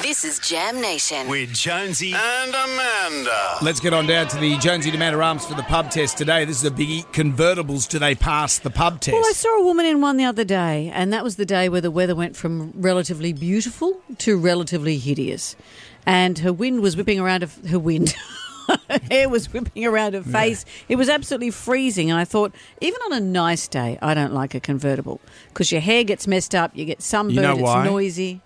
This is Jam Nation. with Jonesy. and Amanda. Let's get on down to the Jonesy Demander Arms for the pub test today. This is a biggie. Convertibles, do they pass the pub test? Well, I saw a woman in one the other day, and that was the day where the weather went from relatively beautiful to relatively hideous. And her wind was whipping around her, her wind. her hair was whipping around her face. It was absolutely freezing. And I thought, even on a nice day, I don't like a convertible because your hair gets messed up, you get sunburned, know why? it's noisy.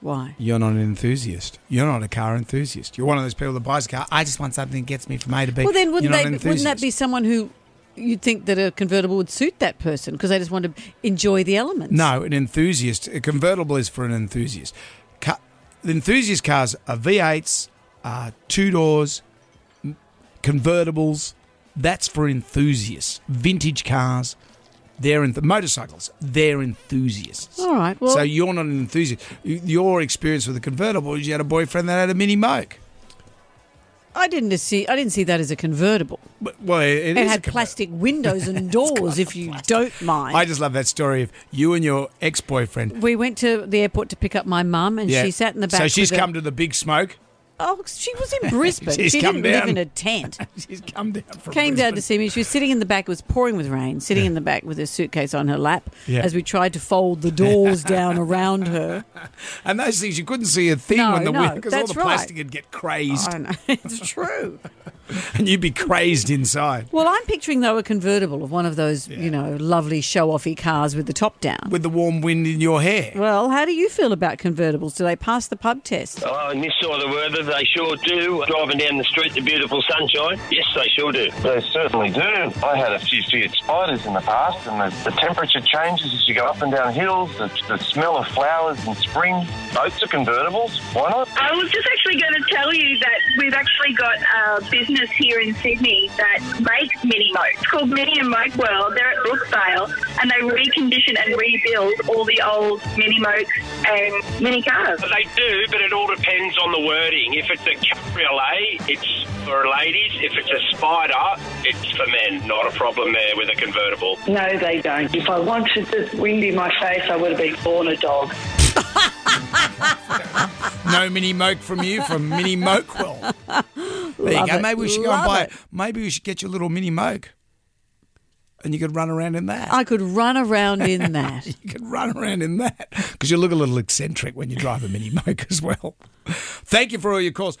Why? You're not an enthusiast. You're not a car enthusiast. You're one of those people that buys a car. I just want something that gets me from A to B. Well, then You're wouldn't, not they, an wouldn't that be enthusiast. someone who you'd think that a convertible would suit that person because they just want to enjoy the elements? No, an enthusiast. A convertible is for an enthusiast. Ca- the enthusiast cars are V8s, uh, two doors, m- convertibles. That's for enthusiasts. Vintage cars. They're enth- motorcycles. They're enthusiasts. All right. Oh, Well, so you're not an enthusiast. Y- Your experience with a convertible is you had a boyfriend that had a Mini Moke. I didn't see. I didn't see that as a convertible. But- Well, it, It, is a had conver- plastic windows and doors. if you don't mind, I just love that story of you and your ex-boyfriend. we went to the airport to pick up my mum, and she sat in the back. So she's with a- come to the big smoke. oh, she was in Brisbane. She's she come didn't down. live in a tent. She's come down from Came down to Brisbane. see me. She was sitting in the back. It was pouring with rain. Sitting in the back with her suitcase on her lap Yeah. as we tried to fold the doors down around her. and those things you couldn't see a thing No, when the no, wind because all that's the right. plastic would get crazed I know it's true. and you'd be crazed inside Well, I'm picturing though a convertible of one of those you know lovely show-offy cars with the top down. with the warm wind in your hair. Well, how do you feel about convertibles? Do they pass the pub test? Oh, in this sort of weather, they sure do. Driving down the street, the beautiful sunshine. Yes, they sure do. They certainly do. I had a few feared spiders in the past, and the, the temperature changes as you go up and down hills. The, the smell of flowers in spring. Boats are convertibles. Why not? I was just actually going to tell you that we've actually got a business here in Sydney that makes mini moat. It's called Mini and Moat World. They're at Brookvale and they recondition and rebuild all the old mini moats and mini cars. They do, but it all depends on the wording. If it's a cabriolet, it's for ladies. If it's a spider, it's for men. Not a problem there with a convertible. No, they don't. If I wanted the wind in my face, I would have been born a dog. No mini moke from you, from Mini Moquel. There Love you go. it, Maybe we should go and love buy. it. Maybe we should get you a little mini moke, and you could run around in that. I could run around in that. You can run around in that because you look a little eccentric when you drive a Mini Moke as well. Thank you for all your calls.